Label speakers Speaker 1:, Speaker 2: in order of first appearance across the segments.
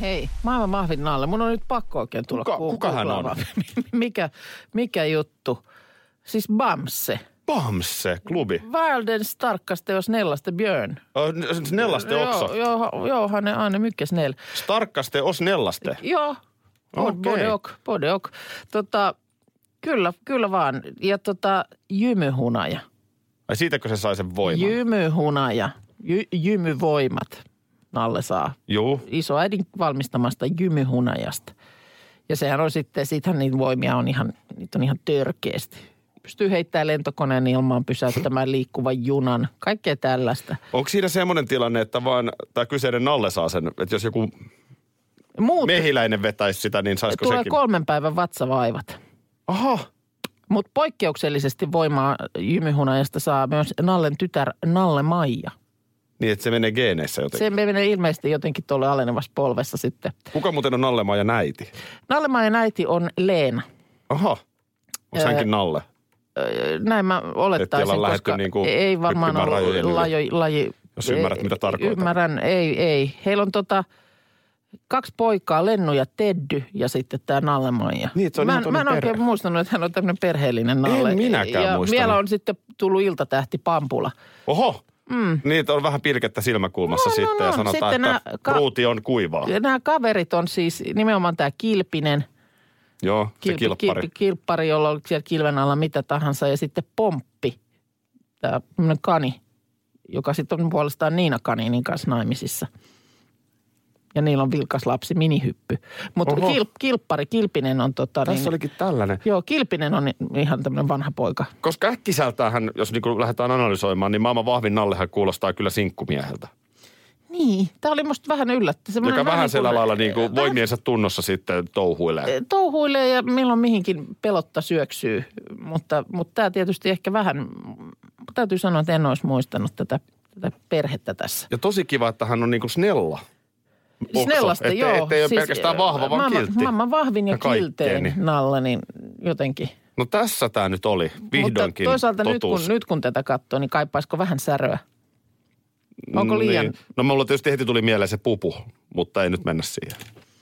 Speaker 1: Hei, maailman mahvin nalle. Mun on nyt pakko oikein tulla
Speaker 2: Kuka-
Speaker 1: ku-
Speaker 2: kuka hän on?
Speaker 1: kuulaamaan. mikä, mikä juttu? Siis Bamse.
Speaker 2: Bamse, klubi.
Speaker 1: Världens starkaste och snällaste björn.
Speaker 2: Ö, n- Snellaste också.
Speaker 1: Jo, jo, jo, han är, han är mycket snäll.
Speaker 2: Starkaste och snellaste.
Speaker 1: Joo, okay.
Speaker 2: Okei.
Speaker 1: både och, både och. Tota, kyllä, kyllä vaan. Ja tota, jymyhunaja.
Speaker 2: Ai siitäkö se sai sen voiman?
Speaker 1: Jymyhunaja. Jy, jymyvoimat. Nalle saa
Speaker 2: Juu.
Speaker 1: isoäidin valmistamasta jymyhunajasta. Ja sehän on sitten, siitähän niitä voimia on ihan, niitä on ihan törkeästi. Pystyy heittämään lentokoneen ilmaan, pysäyttämään liikkuvan junan, kaikkea tällaista.
Speaker 2: Onko siinä semmoinen tilanne, että vaan tämä kyseinen Nalle saa sen, että jos joku
Speaker 1: Muut
Speaker 2: mehiläinen vetäisi sitä, niin saisiko
Speaker 1: tulee
Speaker 2: sekin?
Speaker 1: kolmen päivän vatsavaivat.
Speaker 2: Aha,
Speaker 1: Mutta poikkeuksellisesti voimaa jymyhunajasta saa myös Nallen tytär Nalle Maija.
Speaker 2: niin että se menee geeneissä jotenkin.
Speaker 1: Se menee ilmeisesti jotenkin tuolle alenevassa polvessa sitten.
Speaker 2: Se... Kuka muuten on Nalle ja näiti?
Speaker 1: Nalle Maijan äiti on Leena.
Speaker 2: Aha, onko
Speaker 1: Öö,
Speaker 2: hänkin Nalle?
Speaker 1: Öö, näin mä
Speaker 2: Ettei
Speaker 1: olettaisin,
Speaker 2: olla lähdetty
Speaker 1: koska
Speaker 2: niinku
Speaker 1: ei varmaan
Speaker 2: hyppimään
Speaker 1: ollut
Speaker 2: rajojen yli.
Speaker 1: laji, laji.
Speaker 2: Jos ymmärrät,
Speaker 1: ei-
Speaker 2: mitä tarkoitan.
Speaker 1: Ymmärrän, ei, ei. Heillä on tota, kaksi poikaa, Lennu ja Teddy ja sitten tämä Nallemaija.
Speaker 2: Niin, että se on
Speaker 1: mä,
Speaker 2: ihan
Speaker 1: en- mä
Speaker 2: tuommoinen
Speaker 1: en oikein
Speaker 2: perhe.
Speaker 1: muistanut, että hän on tämmöinen perheellinen Nalle.
Speaker 2: minäkään
Speaker 1: ja
Speaker 2: muistanut.
Speaker 1: vielä on sitten tullut iltatähti Pampula.
Speaker 2: Oho, mm. niitä on vähän pilkettä
Speaker 1: No,
Speaker 2: silmäkulmassa
Speaker 1: no,
Speaker 2: sitten ja
Speaker 1: no,
Speaker 2: sanotaan,
Speaker 1: sitten
Speaker 2: että
Speaker 1: nää ka-
Speaker 2: ruuti on kuivaa.
Speaker 1: Ja nämä kaverit on siis nimenomaan tämä Kilpinen,
Speaker 2: Joo, se kilppari.
Speaker 1: Kilpi, kilppari, jolla oli siellä kilven alla mitä tahansa ja sitten pomppi, tämä kani, joka sitten on puolestaan Niina Kaninin kanssa naimisissa. Ja niillä on vilkas lapsi, minihyppy. Mutta
Speaker 2: Oho.
Speaker 1: kil, kilppari, Kilpinen on tota
Speaker 2: Tässä
Speaker 1: niin,
Speaker 2: olikin tällainen.
Speaker 1: Joo, Kilpinen on ihan tämmöinen vanha poika.
Speaker 2: Koska äkkiseltäänhän, jos niinku lähdetään analysoimaan, niin maailman vahvin Nallehan kuulostaa kyllä sinkkumieheltä.
Speaker 1: Niin, tämä oli musta vähän yllättä.
Speaker 2: Joka
Speaker 1: semmoinen
Speaker 2: vähän,
Speaker 1: niin kuin-
Speaker 2: sillä lailla niinku
Speaker 1: vähän
Speaker 2: voimiensa tunnossa sitten touhuilee.
Speaker 1: touhuilee ja milloin mihinkin pelotta syöksyy. Mutta, mutta tämä tietysti ehkä vähän, täytyy sanoa, että en olisi muistanut tätä, tätä perhettä tässä.
Speaker 2: Ja tosi kiva, että hän on niinku snella. Okso.
Speaker 1: Snellasta,
Speaker 2: ettei,
Speaker 1: joo. Siis,
Speaker 2: Ettei ole pelkästään vahva, vaan
Speaker 1: maailman,
Speaker 2: kiltti.
Speaker 1: Maailman vahvin ja,
Speaker 2: Ja
Speaker 1: ja
Speaker 2: kaikkeen,
Speaker 1: kiltein
Speaker 2: niin.
Speaker 1: nalla, niin jotenkin.
Speaker 2: No tässä tämä nyt oli, vihdoinkin
Speaker 1: Mutta toisaalta nyt kun,
Speaker 2: totuus.
Speaker 1: nyt kun tätä katsoo, niin kaipaisiko vähän säröä? onko liian-
Speaker 2: Niin. No mulla tietysti heti tuli mieleen se pupu, mutta ei nyt mennä siihen.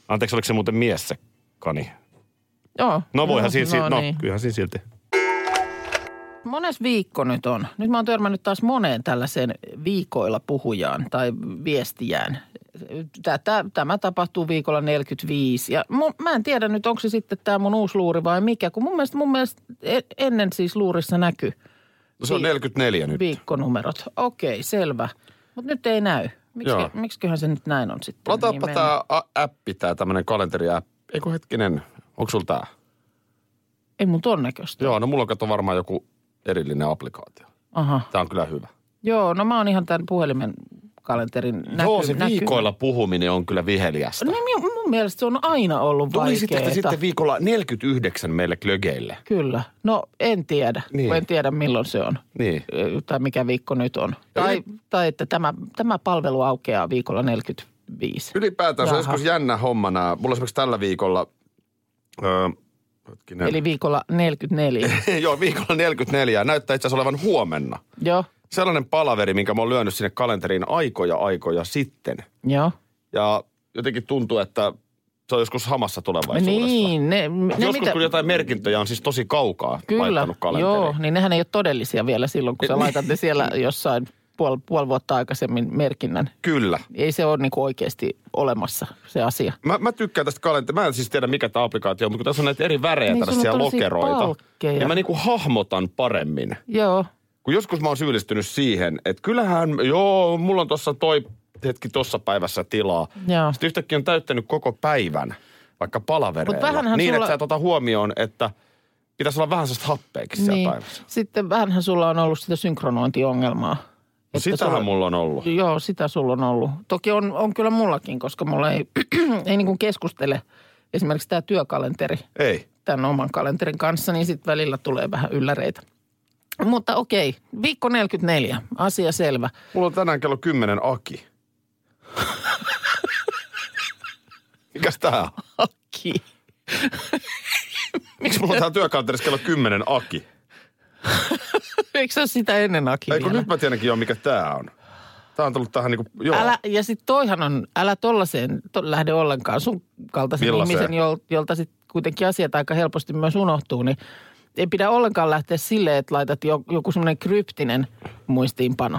Speaker 2: Anteeksi, oliko se muuten mies se kani?
Speaker 1: Joo.
Speaker 2: No voihan siinä, no, no
Speaker 1: niin.
Speaker 2: kyllähän siinä silti.
Speaker 1: Mones viikko nyt on. Nyt mä oon törmännyt taas moneen tällaiseen viikoilla puhujaan tai viestijään. Tätä, tämä tapahtuu viikolla 45 ja mun, mä en tiedä nyt onko se sitten tämä mun uusi luuri vai mikä, kun mun mielestä, mun mielestä e- ennen siis luurissa näky
Speaker 2: No se on
Speaker 1: Vi-
Speaker 2: 44 nyt.
Speaker 1: viikkonumerot. Okei, selvä. Mutta nyt ei näy. Miks,
Speaker 2: Joo.
Speaker 1: miksiköhän se nyt näin on sitten? Niin
Speaker 2: Lataappa
Speaker 1: nimen?
Speaker 2: tämä appi, tämä tämmöinen kalenteriäppi. Eikö hetkinen, onko sulla tämä?
Speaker 1: Ei mun ton näköistä.
Speaker 2: Joo, no mulla on kato varmaan joku erillinen applikaatio.
Speaker 1: Aha.
Speaker 2: Tämä on kyllä hyvä.
Speaker 1: Joo, no mä oon ihan tämän puhelimen kalenterin näky,
Speaker 2: Joo, se
Speaker 1: näky-
Speaker 2: viikoilla puhuminen on kyllä viheliästä.
Speaker 1: No, mi- mun mielestä se on aina ollut
Speaker 2: Tuli
Speaker 1: vaikeeta.
Speaker 2: sitten, sitten viikolla 49 meille klögeille.
Speaker 1: Kyllä. No en tiedä.
Speaker 2: Niin.
Speaker 1: Niin. En tiedä milloin se on
Speaker 2: Niin.
Speaker 1: Ö, tai mikä viikko nyt on.
Speaker 2: Ja
Speaker 1: Tai,
Speaker 2: yli-
Speaker 1: tai että tämä, tämä palvelu aukeaa viikolla 45.
Speaker 2: Ylipäätään se on
Speaker 1: Jaha.
Speaker 2: joskus jännä homma nää. Mulla esimerkiksi tällä viikolla, öö, hetkinen.
Speaker 1: Eli viikolla
Speaker 2: Eh.
Speaker 1: 44.
Speaker 2: Joo, viikolla 44. Näyttää itse asiassa olevan huomenna.
Speaker 1: joo,
Speaker 2: Sellainen palaveri, minkä mä oon lyönyt sinne kalenteriin aikoja aikoja sitten.
Speaker 1: joo.
Speaker 2: Ja jotenkin tuntuu, että se on joskus hamassa tulevaisuudessa.
Speaker 1: Niin, ne, ne
Speaker 2: Joskus kun jotain merkintöjä on Eh. siis tosi kaukaa
Speaker 1: Kyllä,
Speaker 2: laittanut kalenteriin.
Speaker 1: joo, niin nehän ei ole todellisia vielä silloin, kun sä laitat ne siellä jossain puoli, puoli vuotta aikaisemmin merkinnän.
Speaker 2: Kyllä.
Speaker 1: Ei se ole niin oikeasti olemassa se asia.
Speaker 2: Mä, mä tykkään tästä kalenterista. Mä en siis tiedä, mikä tämä applikaatio on, mutta kun tässä on näitä eri värejä
Speaker 1: Niin,
Speaker 2: tällaisia
Speaker 1: sulla on tällaisia
Speaker 2: lokeroita.
Speaker 1: palkkeja.
Speaker 2: Ja mä niinku hahmotan paremmin.
Speaker 1: Joo,
Speaker 2: Kun joskus mä oon syyllistynyt siihen, että kyllähän, joo, mulla on tossa toi hetki tossa päivässä tilaa.
Speaker 1: Joo.
Speaker 2: Sitten yhtäkkiä on täyttänyt koko päivän, vaikka
Speaker 1: Mut
Speaker 2: palavereilla.
Speaker 1: vähänhän
Speaker 2: niin,
Speaker 1: sulla-
Speaker 2: että sä et ota huomioon, että pitäisi olla vähän sellaista happeekin siellä
Speaker 1: niin.
Speaker 2: päivässä.
Speaker 1: Sitten vähänhän sulla on ollut sitä synkronointiongelmaa. Että
Speaker 2: Sitähän
Speaker 1: sulla-
Speaker 2: mulla on ollut.
Speaker 1: Joo, sitä sulla on ollut. Toki on, on kyllä mullakin, koska mulla ei, ei niin kuin niinku keskustele esimerkiksi tämä työkalenteri
Speaker 2: Ei.
Speaker 1: tämän oman kalenterin kanssa, niin sitten välillä tulee vähän ylläreitä. Mutta okei, viikko 44, asia selvä.
Speaker 2: Mulla on tänään kello 10 Aki. Mikäs tää on?
Speaker 1: Aki.
Speaker 2: Miksi mulla on täällä työkalenterissa kello 10 Aki?
Speaker 1: Eikö se ole sitä ennen Aki
Speaker 2: Eikö
Speaker 1: vielä?
Speaker 2: nyt mä tiedänkin jo, mikä tää on? Tää on tullut tähän niinku, joo.
Speaker 1: Älä, ja sitten toihan on, älä tollaiseen to, lähde ollenkaan sun kaltaisen
Speaker 2: Millaiseen?
Speaker 1: ihmisen, jol, jolta sitten kuitenkin asiat aika helposti myös unohtuu, niin ei pidä ollenkaan lähteä silleen, että laitat jo, joku semmoinen kryptinen muistiinpano.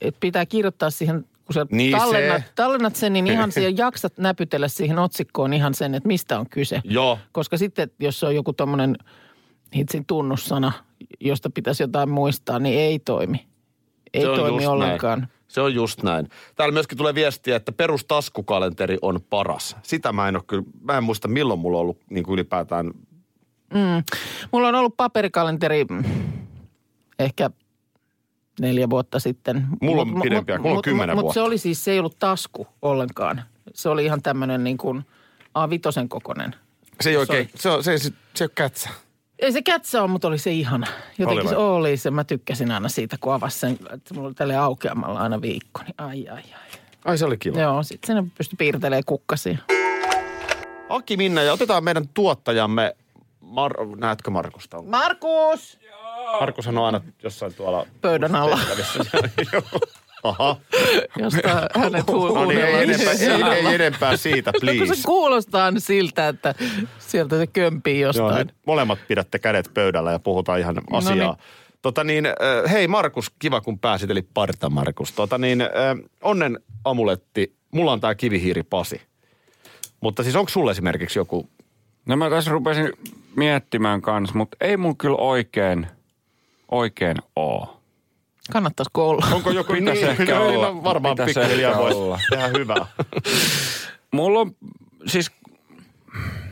Speaker 1: Et pitää kirjoittaa siihen, kun sä
Speaker 2: Niin
Speaker 1: tallennat,
Speaker 2: se.
Speaker 1: tallennat sen, niin ihan siihen jaksat näpytellä siihen otsikkoon ihan sen, että mistä on kyse.
Speaker 2: Joo.
Speaker 1: Koska sitten, jos on joku tommonen hitsin tunnussana, josta pitäisi jotain muistaa, niin ei toimi. Ei
Speaker 2: Se on
Speaker 1: toimi
Speaker 2: just
Speaker 1: ollenkaan.
Speaker 2: Näin. Se on just näin. Täällä myöskin tulee viestiä, että perustaskukalenteri on paras. Sitä mä en ole kyllä, mä en muista milloin mulla on ollut niin kuin ylipäätään.
Speaker 1: Mulla on ollut paperikalenteri mm, ehkä neljä vuotta sitten.
Speaker 2: Mulla on
Speaker 1: Mut- mut-
Speaker 2: pidempi aika, mulla on
Speaker 1: mut-
Speaker 2: kymmenen
Speaker 1: mut- mut
Speaker 2: vuotta.
Speaker 1: se oli siis, se ei ollut tasku ollenkaan. Se oli ihan tämmöinen niin kuin A5 kokoinen.
Speaker 2: Se ei oikein, se, on, se, ei, se, se ei ole kätsä.
Speaker 1: Ei se kätsä ole, mutta oli se ihana.
Speaker 2: Oli
Speaker 1: Jotenkin
Speaker 2: vai?
Speaker 1: se oli se. Mä tykkäsin aina siitä, kun avasin sen. Että mulla oli tälle aukeamalla aina viikko. Niin ai, ai, ai.
Speaker 2: Ai se oli kiva.
Speaker 1: Joo, sit sinne pystyi piirtelemään kukkasia.
Speaker 2: Aki Minna ja otetaan meidän tuottajamme, Mar- näetkö Markusta? Onko?
Speaker 1: Markus!
Speaker 2: Markus on aina jossain tuolla
Speaker 1: Pöydän alla,
Speaker 2: tehtävissä. Joo. Aha.
Speaker 1: josta hänet huu-
Speaker 2: No niin, ei
Speaker 1: huudellaan
Speaker 2: enempää, ei, ei enempää siitä,
Speaker 1: No kun
Speaker 3: Siis.
Speaker 2: please.
Speaker 1: se kuulostaa aina siltä, että sieltä se kömpii
Speaker 2: Joo,
Speaker 1: jostain.
Speaker 2: nyt molemmat pidätte kädet pöydällä ja puhutaan ihan asiaa.
Speaker 1: niin.
Speaker 2: Tota niin, äh, hei Markus, kiva kun pääsit, eli parta Markus. Tota niin, äh, onnen amuletti, mulla on tää kivihiiri Pasi. Mutta siis onko sulla esimerkiksi joku,
Speaker 3: No mä tässä rupesin miettimään kanssa, mutta ei mun kyllä oikein, oikein oo.
Speaker 1: Kannattaisiko olla?
Speaker 2: onko joku,
Speaker 3: Pitäis ehkä
Speaker 2: niin,
Speaker 3: olla.
Speaker 2: no varmaan
Speaker 3: Pitäis
Speaker 2: pikkuhiljaa
Speaker 3: ehkä
Speaker 2: voisi
Speaker 3: olla.
Speaker 2: tehdä hyvää.
Speaker 3: Mulla on siis,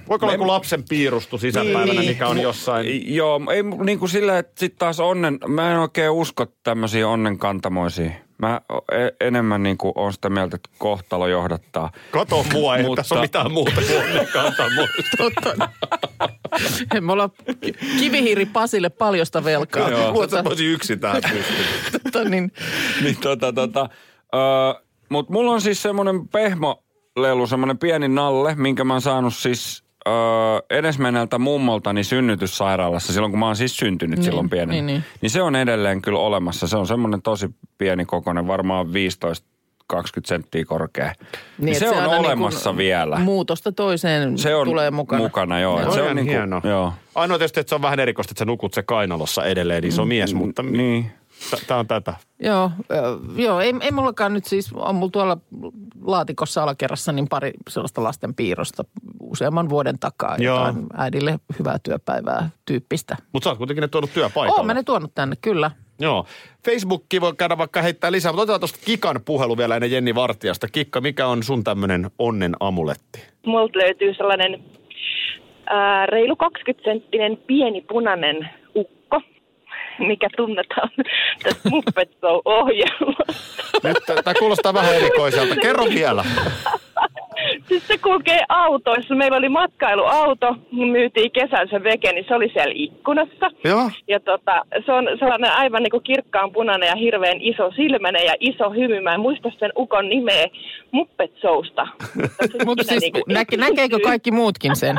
Speaker 2: Voiko olla joku lapsen piirustu sisäpäivänä,
Speaker 1: Niin.
Speaker 2: mikä on jossain?
Speaker 3: joo, ei mu- niin kuin sillä, että sit taas onnen, mä en oikein usko tämmöisiä onnenkantamoisia. Mä o- e- enemmän niin kuin on sitä mieltä, että kohtalo johdattaa.
Speaker 2: Kato mua, ei
Speaker 3: Mutta-
Speaker 2: tässä ole mitään muuta kuin onnenkantaa muista.
Speaker 1: Totta. Me ollaan kivihiiri Pasille paljosta velkaa.
Speaker 2: Luulet, että mä olisin yksin tähän pystynyt.
Speaker 1: Tota, niin,
Speaker 3: niin tota, tota, öö, mut mulla on siis semmonen pehmolelu, semmonen pieni nalle, minkä mä oon saanut siis öö, edesmenneeltä mummoltani synnytyssairaalassa silloin, kun mä oon siis syntynyt
Speaker 1: Niin,
Speaker 3: silloin pienen.
Speaker 1: niin, niin.
Speaker 3: niin se on edelleen kyllä olemassa. Se on semmonen tosi pieni kokoinen, varmaan 15 20 senttiä korkea. Niin, niin se,
Speaker 1: että
Speaker 3: on
Speaker 1: aina niin
Speaker 3: olemassa
Speaker 1: kun
Speaker 3: vielä.
Speaker 1: Muutosta toiseen
Speaker 3: Se on
Speaker 1: tulee mukana.
Speaker 3: mukana, joo.
Speaker 2: Se on
Speaker 3: niinku-
Speaker 2: hieno.
Speaker 3: joo.
Speaker 2: Ainoa tietysti, että se on vähän erikoista, että sä nukut se kainalossa edelleen, niin se on mies, mutta
Speaker 3: Niin.
Speaker 2: tämä on tätä.
Speaker 1: Joo, ö, joo ei, ei mullakaan nyt siis, on mulla tuolla laatikossa alakerrassa niin pari sellaista lasten piirrosta useamman vuoden takaa.
Speaker 2: Joo.
Speaker 1: Jotain äidille hyvää työpäivää tyyppistä.
Speaker 2: Mutta sä oot kuitenkin ne tuonut työpaikalle.
Speaker 1: Oon mä ne tuonut tänne, kyllä.
Speaker 2: Joo. Facebookki voi käydä vaikka heittää lisää, mutta otetaan tuosta Kikan puhelu vielä ennen Jenni Vartijasta. Kikka, mikä on sun tämmönen onnen amuletti?
Speaker 4: multa löytyy sellainen ää, reilu 20-senttinen pieni punainen ukko, mikä tunnetaan tästä Muppet Show-ohjelmasta.
Speaker 2: Nyt tämä kuulostaa vähän erikoiselta. Kerro vielä.
Speaker 4: Siis se kulkee autoissa. Meillä oli matkailuauto, niin myytiin kesällä se veke, niin se oli siellä ikkunassa.
Speaker 2: Joo.
Speaker 4: Ja tota, se on sellainen aivan niin kuin kirkkaan punainen ja hirveän iso silmäinen ja iso hymy. Mä en muista sen ukon nimeä Muppet Showsta.
Speaker 1: Mutta
Speaker 4: Minä
Speaker 1: siis
Speaker 4: niinku-
Speaker 1: näke, näkeekö kaikki muutkin sen?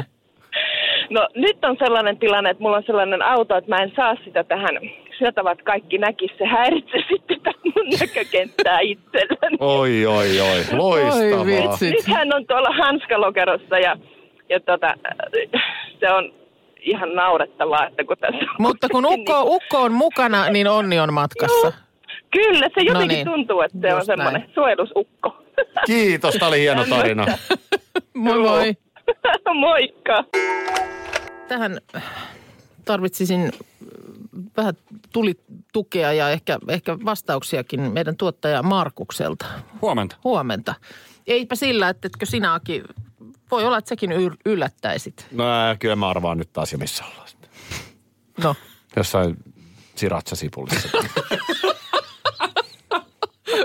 Speaker 4: No nyt on sellainen tilanne, että mulla on sellainen auto, että mä en saa sitä tähän. Sillä tavalla, että kaikki näkis, se häiritsee sitten tätä mun näkökenttää itselläni.
Speaker 1: Oh.
Speaker 2: Oi, oi, oi. Loistavaa.
Speaker 1: Oi vitsi.
Speaker 4: Nyt hän on tuolla hanskalokerossa ja, ja tota, äh, se on ihan naurettavaa, että kun tässä on
Speaker 1: Mutta kun
Speaker 4: kuitenkin
Speaker 1: ukko, ukko on mukana, niin onni on matkassa.
Speaker 4: niin- Kyllä, se jotenkin
Speaker 1: niin.
Speaker 4: tuntuu, että se on
Speaker 1: Just näin.
Speaker 4: semmoinen suojelusukko.
Speaker 2: Kiitos, tämä oli hieno tarina.
Speaker 1: Moi moi.
Speaker 4: Moikka!
Speaker 1: Tähän tarvitsisin äh, vähän tuli tukea ja ehkä, ehkä vastauksiakin meidän tuottaja Markukselta.
Speaker 3: Huomenta.
Speaker 1: Huomenta. Eipä sillä, että etkö sinäkin, voi olla, että säkin yl- yllättäisit.
Speaker 2: No kyllä mä arvaan nyt taas jo missä ollaan sitten.
Speaker 1: No,
Speaker 2: Jossain siratsa sipulissa.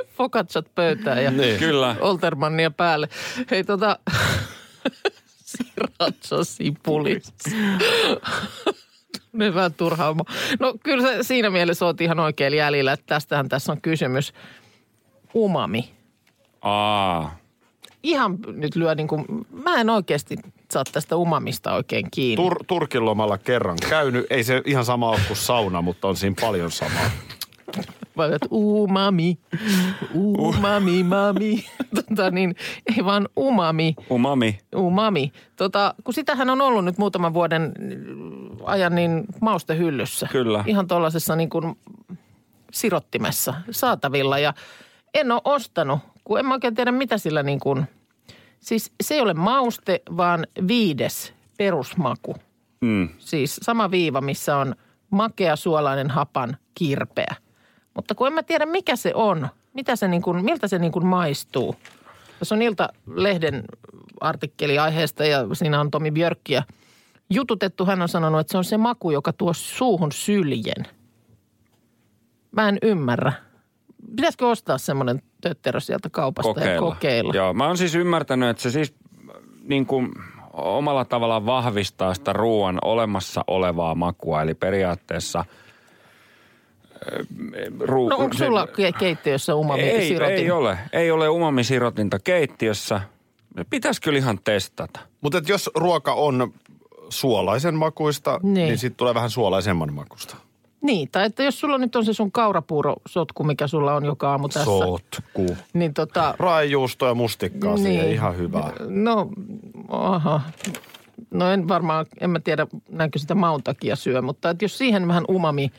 Speaker 1: fokatsat pöytään ja
Speaker 3: Kyllä.
Speaker 1: Niin. Oltermannia päälle. Hei tota, ratsasipulissa. Nyt vähän turhaa. mua. No kyllä se, siinä mielessä oot ihan oikein jäljellä, että tästähän tässä on kysymys. Umami.
Speaker 3: Aa,
Speaker 1: Ihan nyt lyö niin kuin, mä en oikeasti saa tästä umamista oikein kiinni.
Speaker 2: Tur- Turkin lomalla kerran käynyt. Ei se ihan sama ole kuin sauna, mutta on siinä paljon samaa.
Speaker 1: Vai että umami, umami, mami. Tota niin, ei vaan umami.
Speaker 3: umami.
Speaker 1: Umami. Tota, kun sitähän on ollut nyt muutaman vuoden äh, ajan niin maustehyllyssä.
Speaker 3: Kyllä.
Speaker 1: Ihan tuollaisessa niin kuin sirottimessa saatavilla ja en ole ostanut, kun en mä oikein tiedä mitä sillä niin kuin, siis se ei ole mauste, vaan viides perusmaku.
Speaker 3: Mm.
Speaker 1: Siis sama viiva, missä on makea, suolainen, hapan, kirpeä. Mutta kun en mä tiedä, mikä se on, mitä se niin kuin, miltä se niin kuin maistuu. Tässä on Ilta-lehden artikkeli aiheesta ja siinä on Tomi Björkkiä jututettu. Hän on sanonut, että se on se maku, joka tuo suuhun syljen. Mä en ymmärrä. Pitäisikö ostaa semmoinen tötterö sieltä kaupasta ja kokeilla?
Speaker 3: Joo, mä oon siis ymmärtänyt, että se siis niin kuin omalla tavallaan vahvistaa sitä ruoan olemassa olevaa makua. Eli periaatteessa... ö, Ruu-
Speaker 1: No onko
Speaker 3: se-
Speaker 1: sulla ke- keittiössä umami
Speaker 3: ei,
Speaker 1: sirotin?
Speaker 3: ei ole. Ei ole umamisirotinta keittiössä. Pitäisi kyllä ihan testata.
Speaker 2: Mutta jos ruoka on suolaisen makuista,
Speaker 1: Niin.
Speaker 2: niin, niin sitten tulee vähän suolaisemman makusta.
Speaker 1: Niin, tai että jos sulla nyt on se sun kaurapuurosotku, mikä sulla on joka aamu tässä.
Speaker 2: Sotku.
Speaker 1: Niin tota,
Speaker 2: Raijuusto ja mustikkaa niin. siihen,
Speaker 1: Niin.
Speaker 2: ihan hyvää.
Speaker 1: no, aha. No en varmaan, en mä tiedä näinkö sitä maun takia syö, mutta että jos siihen vähän umami,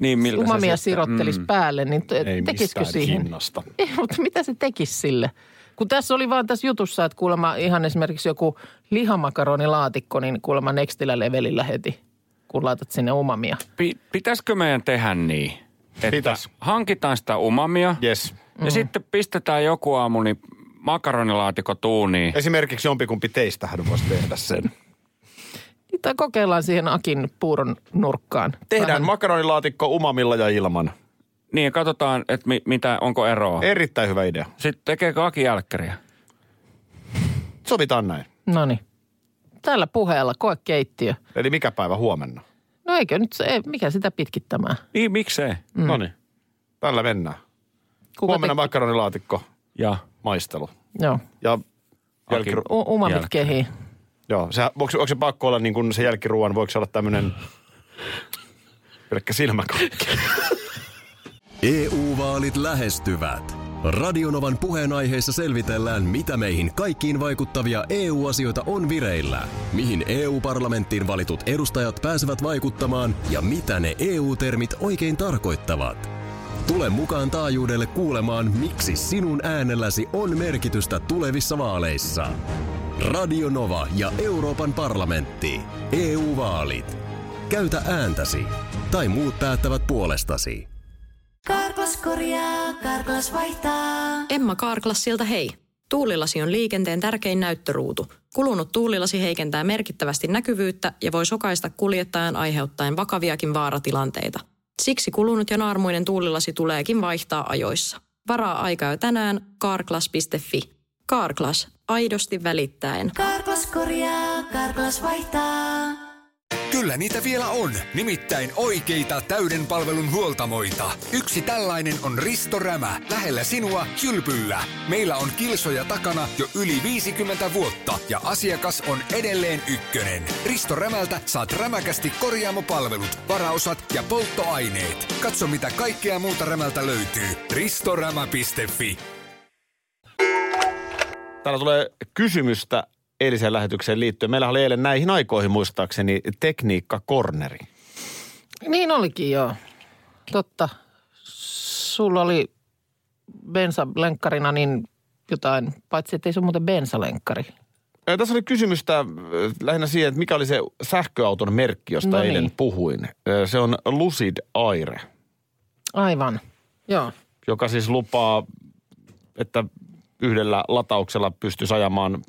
Speaker 3: Niin, miltä se
Speaker 1: umamia
Speaker 3: sitten-
Speaker 1: sirottelisi päälle, niin te,
Speaker 2: Mm. Ei
Speaker 1: tekisikö
Speaker 2: mistään
Speaker 1: siihen?
Speaker 2: hinnasta.
Speaker 1: Ei, mutta mitä se tekisi sille? Kun tässä oli vaan tässä jutussa, että kuulemma ihan esimerkiksi joku lihamakaronilaatikko, niin kuulemma nextillä levelillä heti, kun laitat sinne umamia.
Speaker 3: Pi- pitäisikö meidän tehdä niin, että
Speaker 2: Pitäis.
Speaker 3: hankitaan sitä umamia
Speaker 2: Yes.
Speaker 3: ja
Speaker 1: Mm.
Speaker 3: sitten pistetään joku aamu niin makaronilaatikko tuuniin.
Speaker 2: Esimerkiksi jompikumpi teistähän voisi tehdä sen.
Speaker 1: Niin, Tai kokeillaan siihen Akin puuron nurkkaan.
Speaker 2: Tehdään
Speaker 1: Vähän-
Speaker 2: makaronilaatikko umamilla ja ilman.
Speaker 3: Niin ja katsotaan, että mi- mitä, onko eroa.
Speaker 2: Erittäin hyvä idea.
Speaker 3: Sitten tekeekö Aki jälkkäriä?
Speaker 2: Sovitaan näin.
Speaker 1: No niin. Tällä puheella koe keittiö.
Speaker 2: Eli mikä päivä huomenna?
Speaker 1: No eikö nyt se, ei, mikä sitä pitkittämään?
Speaker 3: Niin, miksei?
Speaker 2: Mm. No niin. Tällä mennään. Kuka Huomenna
Speaker 1: te-
Speaker 2: makaronilaatikko
Speaker 3: Ja
Speaker 2: maistelu.
Speaker 1: Joo,
Speaker 2: Ja
Speaker 3: Aki.
Speaker 2: jälkiru...
Speaker 1: U- umamit
Speaker 3: Jälkeen.
Speaker 1: kehii.
Speaker 2: Joo, se, onko, onko se pakko olla niin kuin se jälkiruuan, voiko se olla tämmöinen pelkkä silmäkakki?
Speaker 5: EU-vaalit E lähestyvät. Radionovan puheenaiheessa selvitellään, mitä meihin kaikkiin vaikuttavia EU-asioita on vireillä, mihin EU-parlamenttiin valitut edustajat pääsevät vaikuttamaan ja mitä ne EU-termit oikein tarkoittavat. Tule mukaan taajuudelle kuulemaan, miksi sinun äänelläsi on merkitystä tulevissa vaaleissa. Radio Nova ja Euroopan parlamentti. EU-vaalit. Käytä ääntäsi. Tai muut päättävät puolestasi.
Speaker 6: Karklas korjaa, Karklas vaihtaa.
Speaker 7: Emma Karklassilta hei. Tuulilasi on liikenteen tärkein näyttöruutu. Kulunut tuulilasi heikentää merkittävästi näkyvyyttä ja voi sokaista kuljettajan aiheuttaen vakaviakin vaaratilanteita. Siksi kulunut ja naarmuinen tuulilasi tuleekin vaihtaa ajoissa. Varaa aikaa jo tänään karklas.fi. Karklas, aidosti välittäen.
Speaker 6: Karklas korjaa, Karklas vaihtaa.
Speaker 8: Kyllä niitä vielä on, nimittäin oikeita täyden palvelun huoltamoita. Yksi tällainen on Risto Rämä, lähellä sinua, kylpyllä. Meillä on kilsoja takana jo yli 50 vuotta ja asiakas on edelleen ykkönen. Risto Rämältä saat rämäkästi korjaamopalvelut, varaosat ja polttoaineet. Katso mitä kaikkea muuta Rämältä löytyy. ristorämä.fi
Speaker 2: Täällä tulee kysymystä eiliseen lähetykseen liittyen. Meillä oli eilen näihin aikoihin muistaakseni tekniikkakorneri.
Speaker 1: Niin olikin joo. Totta. Sulla oli bensalenkkarina niin jotain, paitsi ettei se ole muuten bensalenkkari.
Speaker 2: Ö, Tässä oli kysymystä ö, lähinnä siihen, että mikä oli se sähköauton merkki, josta
Speaker 1: No
Speaker 2: no
Speaker 1: niin.
Speaker 2: niin. eilen puhuin. Ö, Se on Lucid Aire,
Speaker 1: Aivan, joo.
Speaker 2: joka siis lupaa, että yhdellä latauksella pystyisi ajamaan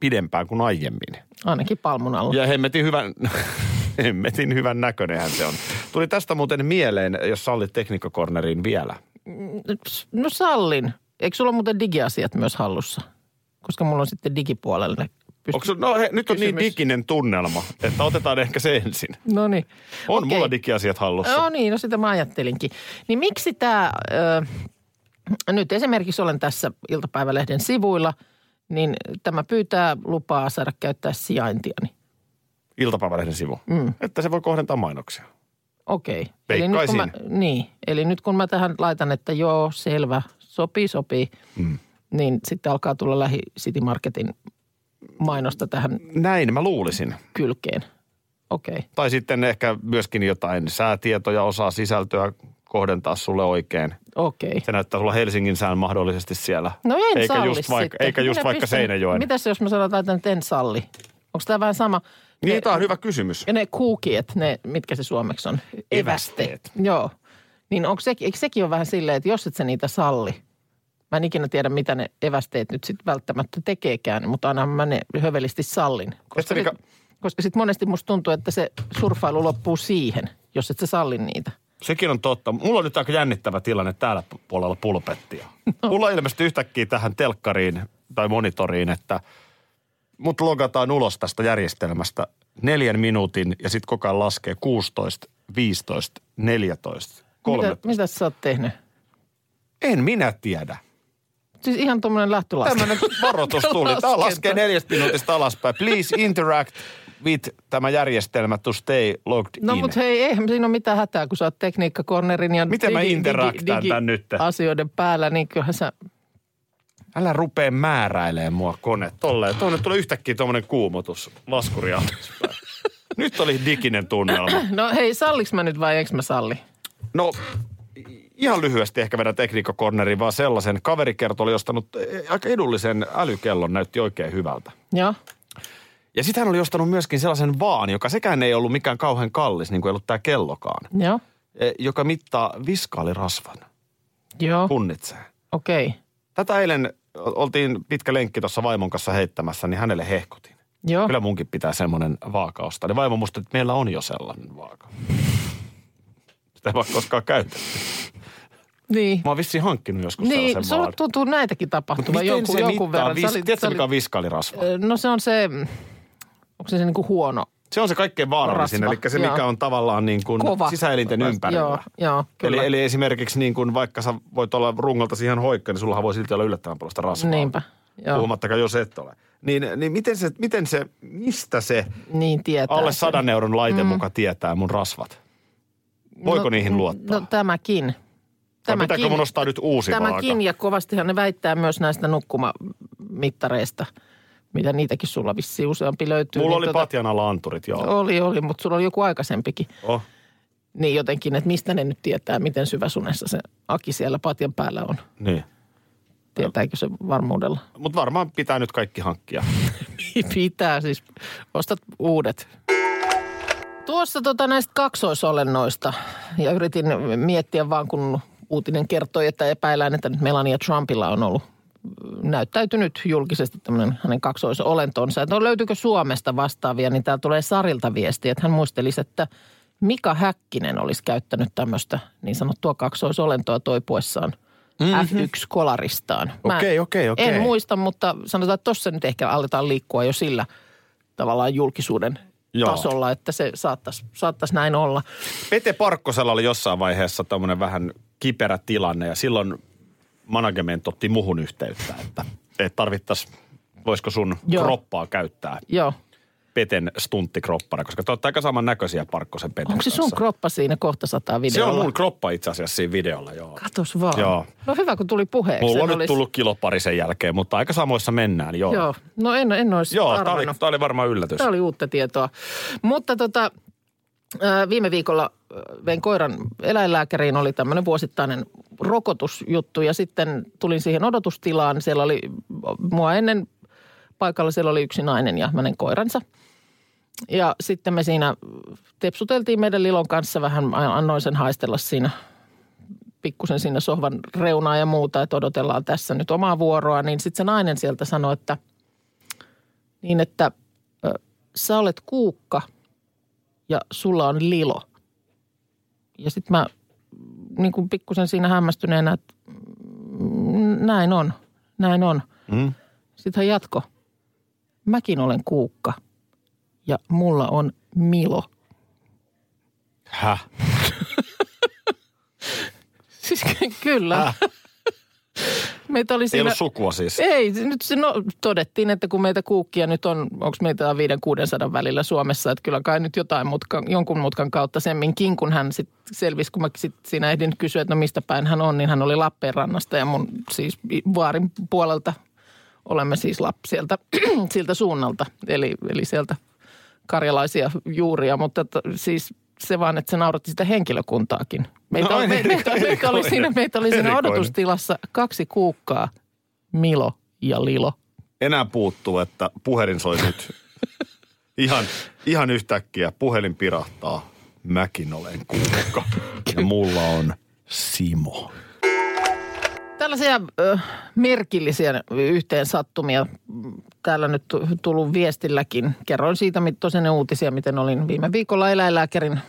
Speaker 2: pidempään kuin aiemmin.
Speaker 1: Ainakin palmun alla.
Speaker 2: Ja hemmetin hyvän, hemmetin hyvän näköinenhän se on. Tuli tästä muuten mieleen, jos sallit teknikkokornerin vielä.
Speaker 1: Ps, No sallin. Eikö sulla muuten digiasiat myös hallussa? Koska mulla on sitten digipuolelle
Speaker 2: Onko se, no he, nyt on niin
Speaker 1: Kysymys.
Speaker 2: diginen tunnelma, että otetaan ehkä se ensin.
Speaker 1: No niin.
Speaker 2: On
Speaker 1: Okei.
Speaker 2: mulla digiasiat hallussa.
Speaker 1: No niin, no sitä mä ajattelinkin. Niin miksi tämä, nyt esimerkiksi olen tässä iltapäivälehden sivuilla, niin tämä pyytää lupaa saada käyttää sijaintiani.
Speaker 2: Iltapäivälehden sivu. Mm. Että se voi kohdentaa mainoksia.
Speaker 1: Okei. Eli
Speaker 2: Veikkaan
Speaker 1: nyt kun mä, niin, eli nyt kun mä tähän laitan, että joo, selvä, sopii, sopii, mm. niin sitten alkaa tulla lähi City Marketin mainosta tähän
Speaker 2: Näin mä luulisin.
Speaker 1: kylkeen. Okei.
Speaker 2: Tai sitten ehkä myöskin jotain säätietoja, osaa sisältöä kohdentaa sulle oikein.
Speaker 1: Okei.
Speaker 2: Se näyttää sulla Helsingin sään mahdollisesti siellä.
Speaker 1: No en
Speaker 2: eikä
Speaker 1: salli
Speaker 2: just vaikka,
Speaker 1: sitten.
Speaker 2: Eikä just
Speaker 1: Minä
Speaker 2: vaikka
Speaker 1: pistän-
Speaker 2: Seinäjoen.
Speaker 1: Mitäs jos mä sanotaan, että en salli? Onko tämä vähän sama?
Speaker 2: Niin,
Speaker 1: Ne-
Speaker 2: tämä on hyvä kysymys.
Speaker 1: Ja ne kuukiet, ne, mitkä se suomeksi on?
Speaker 2: Evästeet.
Speaker 1: Joo. Niin onko se, eikö sekin ole vähän silleen, että jos et sä niitä salli, mä en ikinä tiedä, mitä ne evästeet nyt sitten välttämättä tekeekään, mutta aina mä ne hövelisti sallin. Koska,
Speaker 2: mikä-
Speaker 1: sit, koska sit monesti musta tuntuu, että se surfailu loppuu siihen, jos et sä salli niitä.
Speaker 2: Sekin on totta. Mulla on nyt aika jännittävä tilanne täällä pu- puolella pulpettia.
Speaker 1: No.
Speaker 2: Mulla ilmestyi yhtäkkiä tähän telkkariin tai monitoriin, että mut logataan ulos tästä järjestelmästä neljän minuutin ja sitten koko ajan laskee 16, 15, 14,
Speaker 1: Mitä,
Speaker 2: 13.
Speaker 1: mitä sä oot tehnyt?
Speaker 2: En minä tiedä.
Speaker 1: Siis ihan tuommoinen lähtölasku.
Speaker 2: Tämmöinen varoitus tuli. Tämä
Speaker 1: Laskenta.
Speaker 2: laskee neljästä minuutista alaspäin. Please interact with tämä järjestelmä to stay logged
Speaker 1: No
Speaker 2: in.
Speaker 1: mutta hei, eihän siinä ole mitään hätää, kun sä oot tekniikkakornerin ja
Speaker 2: Miten mä interaktaan tän nytte?
Speaker 1: asioiden päällä, niin kyllähän sä
Speaker 2: Älä rupee määräilemään mua kone tolleen. Tuonne tulee yhtäkkiä tuommoinen kuumotus laskuri alaspäin. Nyt oli diginen tunnelma.
Speaker 1: No hei, salliks mä nyt vai eikö mä salli?
Speaker 2: No ihan lyhyesti ehkä vedän tekniikkakorneriin vaan sellaisen. Kaveri kertoi, oli ostanut eh, aika edullisen älykellon, näytti oikein hyvältä.
Speaker 1: Joo.
Speaker 2: Ja sitten hän oli ostanut myöskin sellaisen vaan, joka sekään ei ollut mikään kauhean kallis, niin kuin ei ollut tämä kellokaan,
Speaker 1: Joo.
Speaker 2: eh, joka mittaa viskaalirasvan,
Speaker 1: Joo.
Speaker 2: punnitsee.
Speaker 1: Okei. Okay.
Speaker 2: Tätä eilen o- oltiin pitkä lenkki tuossa vaimon kanssa heittämässä, niin hänelle hehkutin.
Speaker 1: Joo.
Speaker 2: Kyllä munkin pitää semmoinen vaaka ostaa. Niin vaimo musta, että meillä on jo sellainen vaaka. Sitä ei vaan koskaan käytä.
Speaker 1: Niin.
Speaker 2: Mä oon vissiin hankkinut joskus
Speaker 1: Niin,
Speaker 2: sellaisen
Speaker 1: sulla
Speaker 2: vaan.
Speaker 1: tuntuu näitäkin
Speaker 2: Mutta
Speaker 1: tapahtuvan
Speaker 2: miten
Speaker 1: jonkun,
Speaker 2: se
Speaker 1: jonkun
Speaker 2: mittaa?
Speaker 1: verran. Sä
Speaker 2: Vis...
Speaker 1: olit-
Speaker 2: Tiedätkö,
Speaker 1: sä
Speaker 2: mikä on
Speaker 1: olit-
Speaker 2: viskalirasva?
Speaker 1: Ö, No se on se, mm, onko se se niinku huono?
Speaker 2: Se on se kaikkein vaarallisin,
Speaker 1: Rasva,
Speaker 2: eli se
Speaker 1: joo.
Speaker 2: mikä on tavallaan niin kuin
Speaker 1: Kova.
Speaker 2: sisäelinten ympärillä.
Speaker 1: Joo, joo,
Speaker 2: eli,
Speaker 1: kyllä.
Speaker 2: eli esimerkiksi niin kuin vaikka sä voit olla rungolta siihen hoikka, niin sullahan voi silti olla yllättävän paljon sitä rasvaa.
Speaker 1: Niinpä. Joo.
Speaker 2: Puhumattakaan, jos et ole. Niin, niin miten, se, miten se, mistä se
Speaker 1: Niin tietää.
Speaker 2: alle
Speaker 1: sen.
Speaker 2: sadan euron laite mm. muka tietää mun rasvat? Voiko no, niihin luottaa?
Speaker 1: No tämäkin.
Speaker 2: Vai pitääkö mun ostaa nyt uusi vaaka?
Speaker 1: Tämäkin ja kovastihan ne väittää myös näistä nukkumamittareista, mitä niitäkin sulla vissiin useampi löytyy.
Speaker 2: Mulla
Speaker 1: Niin
Speaker 2: oli patjan alla anturit, joo.
Speaker 1: Oli, oli, mutta sulla oli joku aikaisempikin.
Speaker 2: Oh.
Speaker 1: Niin jotenkin, että mistä ne nyt tietää, miten syväsunessa se aki siellä patjan päällä on.
Speaker 2: Niin.
Speaker 1: Tietääkö se varmuudella?
Speaker 2: Mutta varmaan pitää nyt kaikki hankkia.
Speaker 1: Pitää siis. Ostat uudet. Tuossa tota näistä kaksoisolennoista ja yritin miettiä vaan, kun uutinen kertoi, että epäillään, että nyt Melania Trumpilla on ollut näyttäytynyt julkisesti tämmöinen hänen kaksoisolentonsa. Että no löytyykö Suomesta vastaavia, niin täällä tulee Sarilta viesti, että hän muistelisi, että Mika Häkkinen olisi käyttänyt tämmöistä niin sanottua kaksoisolentoa toipuessaan F1-kolaristaan. Mä
Speaker 2: Mhm. Okei, okei, okei.
Speaker 1: En muista, mutta sanotaan, että tuossa nyt ehkä aletaan liikkua jo sillä tavallaan julkisuuden
Speaker 2: Joo.
Speaker 1: tasolla, että se saattaisi saattais näin olla.
Speaker 2: Pete Parkkosella oli jossain vaiheessa tämmöinen vähän kiperä tilanne ja silloin management otti muhun yhteyttä, että, että tarvittaisiin, voisiko sun
Speaker 1: Joo.
Speaker 2: Joo. kroppaa käyttää
Speaker 1: Joo.
Speaker 2: Peten stunttikroppana, koska te olette aika samannäköisiä Parkkosen Peten
Speaker 1: Onko se sun
Speaker 2: kanssa.
Speaker 1: kroppa siinä kohta sataa
Speaker 2: Se
Speaker 1: videolla?
Speaker 2: on mun kroppa itse asiassa siinä videolla, joo.
Speaker 1: Katos vaan.
Speaker 2: Joo.
Speaker 1: No hyvä, kun tuli puheeksi.
Speaker 2: Mulla
Speaker 1: En
Speaker 2: on nyt
Speaker 1: olisi-
Speaker 2: tullut kilo pari sen jälkeen, mutta aika samoissa mennään, joo.
Speaker 1: Joo. No en, en olisi
Speaker 2: Joo, tää oli,
Speaker 1: arvannut.
Speaker 2: tää oli varmaan yllätys.
Speaker 1: Tämä oli uutta tietoa. Mutta tota, ää, viime viikolla ää, vein koiran eläinlääkäriin, oli tämmöinen vuosittainen rokotusjuttu ja sitten tulin siihen odotustilaan. Siellä oli mua ennen paikalla, siellä oli yksi nainen ja hänen koiransa. Ja sitten me siinä tepsuteltiin meidän Lilon kanssa vähän, annoin sen haistella siinä pikkusen siinä sohvan reunaa ja muuta, että odotellaan tässä nyt omaa vuoroa. Niin sitten se nainen sieltä sanoi, että niin, että ö, sä olet kuukka ja sulla on lilo. Ja sitten mä niin kuin pikkusen siinä hämmästyneenä, että mm, näin on, näin on. Mm. Sitten hän jatko. mäkin olen kuukka ja mulla on Milo.
Speaker 2: Häh?
Speaker 1: Siis ky- kyllä.
Speaker 2: Häh?
Speaker 1: Meitä oli
Speaker 2: Äh. Ei
Speaker 1: siinä...
Speaker 2: ollut sukua siis.
Speaker 1: Ei, nyt se no, todettiin, että kun meitä kuukkia nyt on, onko meitä 500-600 välillä Suomessa, että kyllä kai nyt jotain mutka, jonkun mutkan kautta semminkin, kun hän sitten selvisi, kun mä sit siinä ehdin kysyä, että no mistä päin hän on, niin hän oli Lappeenrannasta ja mun siis vaarin puolelta olemme siis Lap, sieltä, siltä suunnalta, eli, eli sieltä karjalaisia juuria, mutta t- siis se vaan, että se nauratti sitä henkilökuntaakin. Meitä,
Speaker 2: No,
Speaker 1: oli- me,
Speaker 2: niin,
Speaker 1: meitä, meitä, oli
Speaker 2: erikoinen.
Speaker 1: siinä, meitä oli siinä
Speaker 2: Erikoinen.
Speaker 1: odotustilassa kaksi kuukkaa – Milo ja Lilo.
Speaker 2: Enää puuttuu, että puhelin soi nyt. Ihan, ihan yhtäkkiä puhelin pirahtaa. Mäkin olen kuukka. Ja mulla on Simo.
Speaker 1: Tällaisia ö, merkillisiä yhteen sattumia täällä nyt tu- tullut viestilläkin. Kerroin siitä mit- tosin ne uutisia, miten olin viime viikolla eläinlääkärin ö,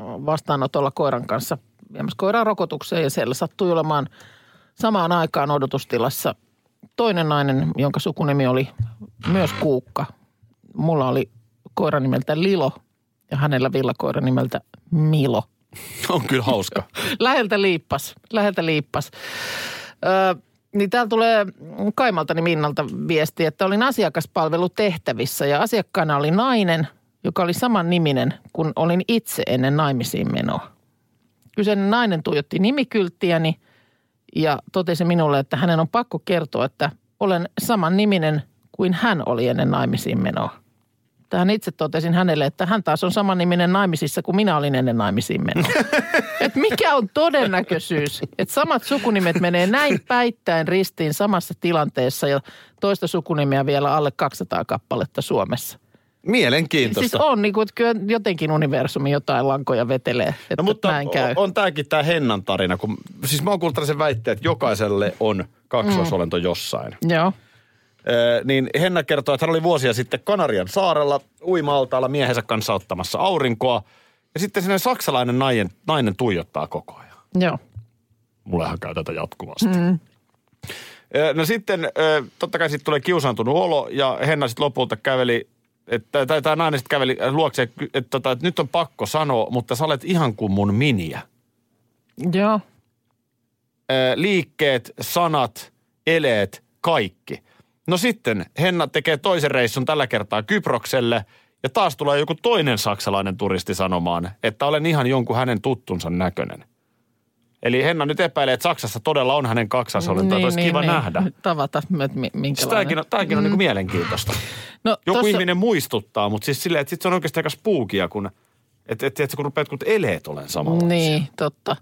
Speaker 1: vastaanotolla koiran kanssa viemässä koiraa rokotukseen ja siellä sattui olemaan samaan aikaan odotustilassa toinen nainen, jonka sukunimi oli myös Kuukka. Mulla oli koira nimeltä Lilo ja hänellä villakoira nimeltä Milo.
Speaker 2: On kyllä hauska.
Speaker 1: Läheltä liippas, läheltä liippas. Öö, niin täällä tulee Kaimaltani Minnalta viesti, että olin asiakaspalvelutehtävissä ja asiakkaana oli nainen, joka oli saman niminen kuin olin itse ennen naimisiin menoa. Kyseinen nainen tuijotti nimikylttiäni ja totesi minulle, että hänen on pakko kertoa, että olen saman niminen kuin hän oli ennen naimisiin menoa. Tähän itse totesin hänelle, että hän taas on saman niminen naimisissa kuin minä olin ennen naimisiin menoa. Et mikä on todennäköisyys, että samat sukunimet menee näin päittäin ristiin samassa tilanteessa ja toista sukunimeä vielä alle 200 kappaletta Suomessa.
Speaker 2: Niin,
Speaker 1: Siis
Speaker 2: Mielenkiintoista.
Speaker 1: on, niin kuin, että kyllä jotenkin universumi jotain lankoja vetelee, että
Speaker 2: No, mutta
Speaker 1: näin käy.
Speaker 2: on tämäkin tämä Hennan tarina. Kun, siis mä oon kuullut tällaisen väitteen, että jokaiselle on
Speaker 1: Mm.
Speaker 2: kaksoisolento jossain.
Speaker 1: Joo.
Speaker 2: Ö, niin Henna kertoo, että hän oli vuosia sitten Kanarian saarella uimaltaalla miehensä kanssa ottamassa aurinkoa. Ja sitten sinne saksalainen nainen, nainen tuijottaa koko ajan.
Speaker 1: Joo.
Speaker 2: Mullehan käy tätä jatkuvasti. Mm. No sitten ö, totta kai sitten tulee kiusaantunut olo ja Henna sitten lopulta käveli, että, tai tämä nainen sitten käveli luokse, että, että, tota, että nyt on pakko sanoa, mutta sä olet ihan kuin mun miniä.
Speaker 1: Joo.
Speaker 2: Ö, Äh, liikkeet, sanat, eleet, kaikki. No sitten Henna tekee toisen reissun tällä kertaa Kyprokselle ja taas tulee joku toinen saksalainen turisti sanomaan, että olen ihan jonkun hänen tuttunsa näköinen. Eli Henna nyt epäilee, että Saksassa todella on hänen kaksasolenta. Niin, olisi kiva nähdä.
Speaker 1: Tavata, että mi-
Speaker 2: Siis
Speaker 1: minkälainen.
Speaker 2: tämäkin on, tämäkin on niin mielenkiintoista.
Speaker 1: no,
Speaker 2: Joku
Speaker 1: Mm. tossa-
Speaker 2: ihminen muistuttaa, mutta siis silleen, että sit se on oikeasti aika spookia, kun, et, et, et, kun rupeat kun eleet olen samalla.
Speaker 1: Niin, totta.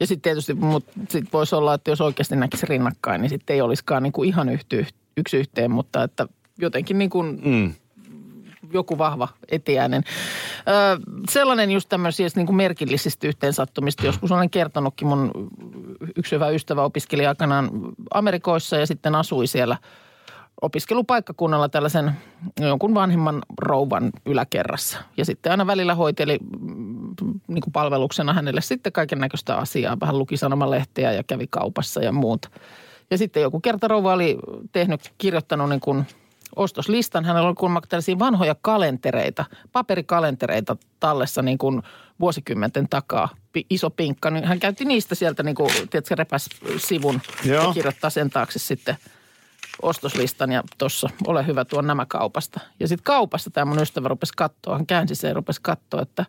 Speaker 1: Ja sitten tietysti, mutta sitten voisi olla, että jos oikeasti näkisi rinnakkain, niin sitten ei olisikaan niinku ihan yhty, yksi yhteen, mutta että jotenkin niin kuin
Speaker 2: Mm.
Speaker 1: joku vahva etiäinen. Öö, sellainen just tämmöisistä niin kuin merkillisistä yhteensattumista. Joskus olen kertonutkin, mun yksi hyvä ystävä opiskeli aikanaan Amerikoissa ja sitten asui siellä opiskelupaikkakunnalla tällaisen jonkun vanhemman rouvan yläkerrassa. Ja sitten aina välillä hoiteli niin kuin palveluksena hänelle sitten kaiken näköistä asiaa. Vähän luki sanomalehteä ja kävi kaupassa ja muuta. Ja sitten joku kerta rouva oli tehnyt, kirjoittanut niin kuin ostoslistan. Hänellä oli kuulemma tällaisia vanhoja kalentereita, paperikalentereita tallessa niin kuin vuosikymmenten takaa. Pi- iso pinkka, niin hän käytti niistä sieltä niin kuin, tiedätkö, repäs sivun ja
Speaker 2: Joo.
Speaker 1: kirjoittaa sen taakse sitten ostoslistan ja tuossa, ole hyvä, tuon nämä kaupasta. Ja sitten kaupassa tämä mun ystävä rupesi katsoa, hän käänsi sen ja rupesi katsoa, että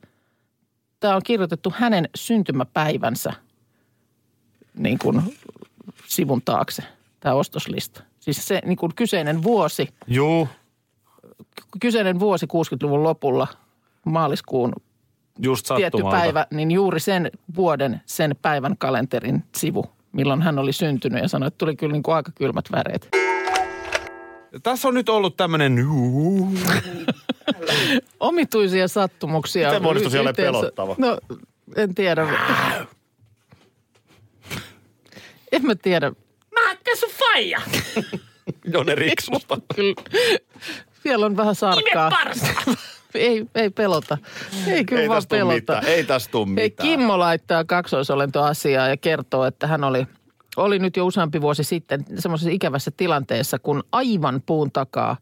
Speaker 1: tämä on kirjoitettu hänen syntymäpäivänsä niin kuin sivun taakse, tämä ostoslista. Siis se niin kuin kyseinen vuosi,
Speaker 2: Juu,
Speaker 1: kyseinen vuosi 60-luvun lopulla, maaliskuun
Speaker 2: just
Speaker 1: tietty
Speaker 2: sattumalta.
Speaker 1: päivä, niin juuri sen vuoden, sen päivän kalenterin sivu, milloin hän oli syntynyt ja sanoi, että tuli kyllä niin kuin aika kylmät väreet.
Speaker 2: Tässä on nyt ollut tämmöinen...
Speaker 1: omituisia sattumuksia.
Speaker 2: Miten muodostui
Speaker 1: Y-
Speaker 2: siellä
Speaker 1: yhteensä-
Speaker 2: pelottava?
Speaker 1: No, en tiedä. en mä tiedä. Mä sun faija!
Speaker 2: Jone Riksusta.
Speaker 1: Kyllä. Siellä on vähän sarkaa. ei, ei pelota. Ei kyllä
Speaker 2: Ei
Speaker 1: vaan
Speaker 2: tästä tuu
Speaker 1: pelota.
Speaker 2: mitään. Ei tästä tuu
Speaker 1: Ei,
Speaker 2: mitään.
Speaker 1: Kimmo laittaa kaksoisolentoasiaa ja kertoo, että hän oli, oli nyt jo useampi vuosi sitten semmoisessa ikävässä tilanteessa, kun aivan puun takaa ö,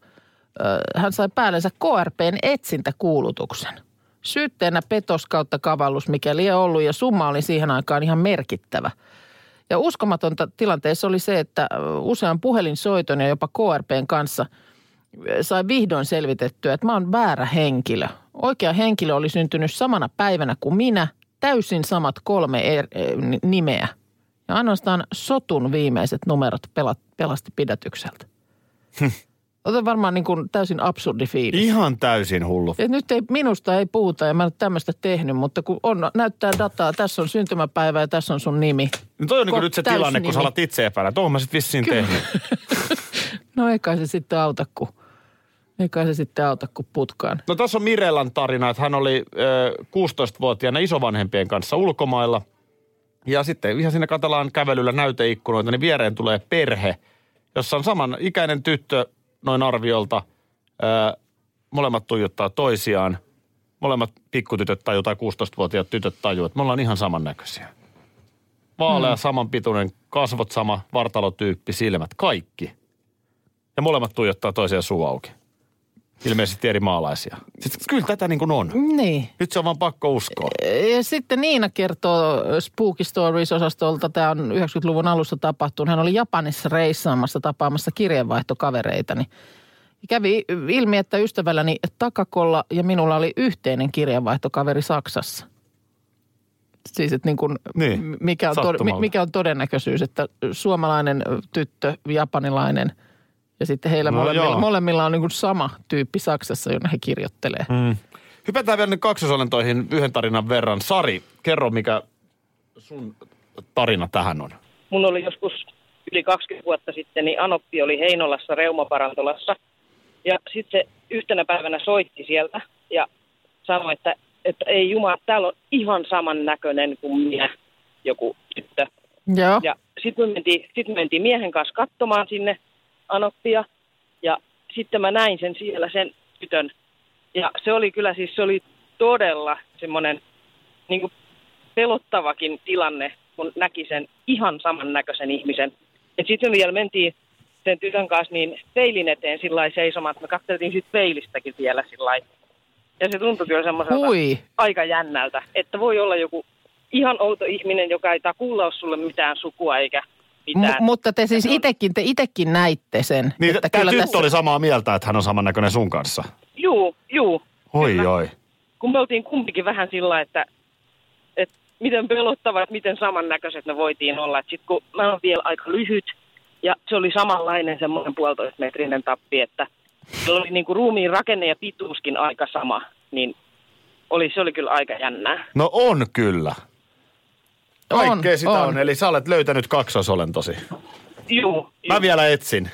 Speaker 1: hän sai päällensä KRPn etsintäkuulutuksen. Syytteenä petos kautta kavallus, mikä lie ollut, ja summa oli siihen aikaan ihan merkittävä. Ja uskomatonta tilanteessa oli se, että ö, usean puhelinsoiton ja jopa KRPn kanssa ö, sai vihdoin selvitettyä, että mä oon väärä henkilö. Oikea henkilö oli syntynyt samana päivänä kuin minä, täysin samat kolme er, ö, ni- nimeä. Ja ainoastaan sotun viimeiset numerot pelat, pelasti pidätykseltä. Otan varmaan niin kuin täysin absurdi fiilis.
Speaker 2: Ihan täysin hullu.
Speaker 1: Et nyt ei, minusta ei puhuta ja mä en ole tämmöistä tehnyt, mutta kun on, näyttää dataa, tässä on syntymäpäivä ja tässä on sun nimi.
Speaker 2: No toi on niin
Speaker 1: Ko-
Speaker 2: kuin nyt se
Speaker 1: täysin
Speaker 2: tilanne, kun sä
Speaker 1: nimi.
Speaker 2: alat itse epäillä. että oon mä sit vissiin
Speaker 1: Kyllä.
Speaker 2: tehnyt.
Speaker 1: No ei kai se sitten auta, kun, ei kai se sitten auta, kun putkaan.
Speaker 2: No tässä on Mirellan tarina, että hän oli ö, 16-vuotiaana isovanhempien kanssa ulkomailla. Ja sitten ihan siinä katalaan kävelyllä näyteikkunoita, niin viereen tulee perhe, jossa on samanikäinen tyttö noin arviolta. Ö, molemmat tuijottaa toisiaan. Molemmat pikkutytöt tajuu tai 16-vuotiaat tytöt tajuu, että me ollaan ihan samannäköisiä. Vaalea, hmm. samanpituinen, kasvot sama, vartalotyyppi, silmät, kaikki. Ja molemmat tuijottaa toisiaan suu auki. Ilmeisesti eri maalaisia. Sitten, kyllä tätä niin kuin on.
Speaker 1: Niin.
Speaker 2: Nyt se on vaan pakko uskoa.
Speaker 1: Ja sitten Niina kertoo Spooky Stories-osastolta, tämä on 90-luvun alussa tapahtunut. Hän oli Japanissa reissaamassa tapaamassa kirjeenvaihtokavereitani. Kävi ilmi, että ystävälläni Takakolla ja minulla oli yhteinen kirjeenvaihtokaveri Saksassa. Siis, että niin kuin,
Speaker 2: Niin,
Speaker 1: m- mikä, on tod- mi-
Speaker 2: sattumalta.
Speaker 1: mikä on todennäköisyys, että suomalainen ö, tyttö, japanilainen ja sitten heillä
Speaker 2: No
Speaker 1: no molemmilla,
Speaker 2: joo.
Speaker 1: molemmilla on niin kuin sama tyyppi Saksassa, jonne he kirjoittelee.
Speaker 2: Hypätään vielä nyt kaksosolentoihin yhden tarinan verran. Sari, kerro mikä sun tarina tähän on.
Speaker 4: Mun oli joskus yli 20 vuotta sitten, niin Anoppi oli Heinolassa reumaparantolassa. Ja sitten se yhtenä päivänä soitti sieltä ja sanoi, että, että ei jumala, täällä on ihan saman näköinen kuin minä joku tyttö.
Speaker 2: Mm.
Speaker 1: Joo.
Speaker 4: Ja sitten me, mentiin, sit me mentiin miehen kanssa katsomaan sinne Anoppia. Ja sitten mä näin sen siellä, sen tytön. Ja se oli kyllä siis, se oli todella semmoinen niin kuin pelottavakin tilanne, kun näki sen ihan samannäköisen ihmisen. Ja sitten me vielä mentiin sen tytön kanssa niin peilin eteen sillä lailla seisomaan, että me katseltiin siitä peilistäkin vielä sillä lailla. Ja se tuntui kyllä semmoiselta
Speaker 1: Hui.
Speaker 4: aika jännältä, että voi olla joku ihan outo ihminen, joka ei takuulla ole sulle mitään sukua eikä mitään.
Speaker 1: M- mutta te siis itekin, te itekin näitte sen.
Speaker 2: Niin, tämä tyttö tässä... oli samaa mieltä, että hän on samannäköinen sun kanssa.
Speaker 4: juu, juu.
Speaker 2: Oi,
Speaker 4: Kyllä.
Speaker 2: oi.
Speaker 4: Kun me oltiin kumpikin vähän sillä lailla, että, että miten pelottava, että miten samannäköiset me voitiin olla. Sitten kun mä oon vielä aika lyhyt ja se oli samanlainen semmoinen puolitoista metrinen tappi, että sillä oli niin kuin ruumiin rakenne ja pituuskin aika sama, niin oli, se oli kyllä aika jännää.
Speaker 2: No on kyllä.
Speaker 1: On,
Speaker 2: Kaikkea sitä on.
Speaker 1: on.
Speaker 2: on. Eli sä olet löytänyt kaksosolentosi.
Speaker 4: Juu,
Speaker 2: Mä vielä etsin.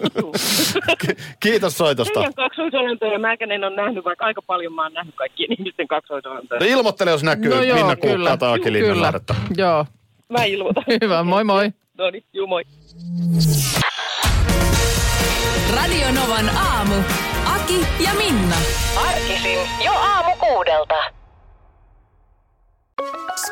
Speaker 2: Ki- Kiitos soitosta.
Speaker 4: Meidän kaksoisolentoja mäkänen on nähnyt, vaikka aika paljon mä oon nähnyt kaikkien ihmisten kaksoisolentoja.
Speaker 2: No Ilmoittele, jos näkyy no joo, Minna Kuukkaa tai Aki Linnanlahdetta.
Speaker 1: Joo,
Speaker 4: Mä ilmoitan.
Speaker 1: hyvä, moi moi.
Speaker 4: No niin, juu moi.
Speaker 9: Radio Novan aamu. Aki ja Minna.
Speaker 10: Arkisin jo aamu kuudelta.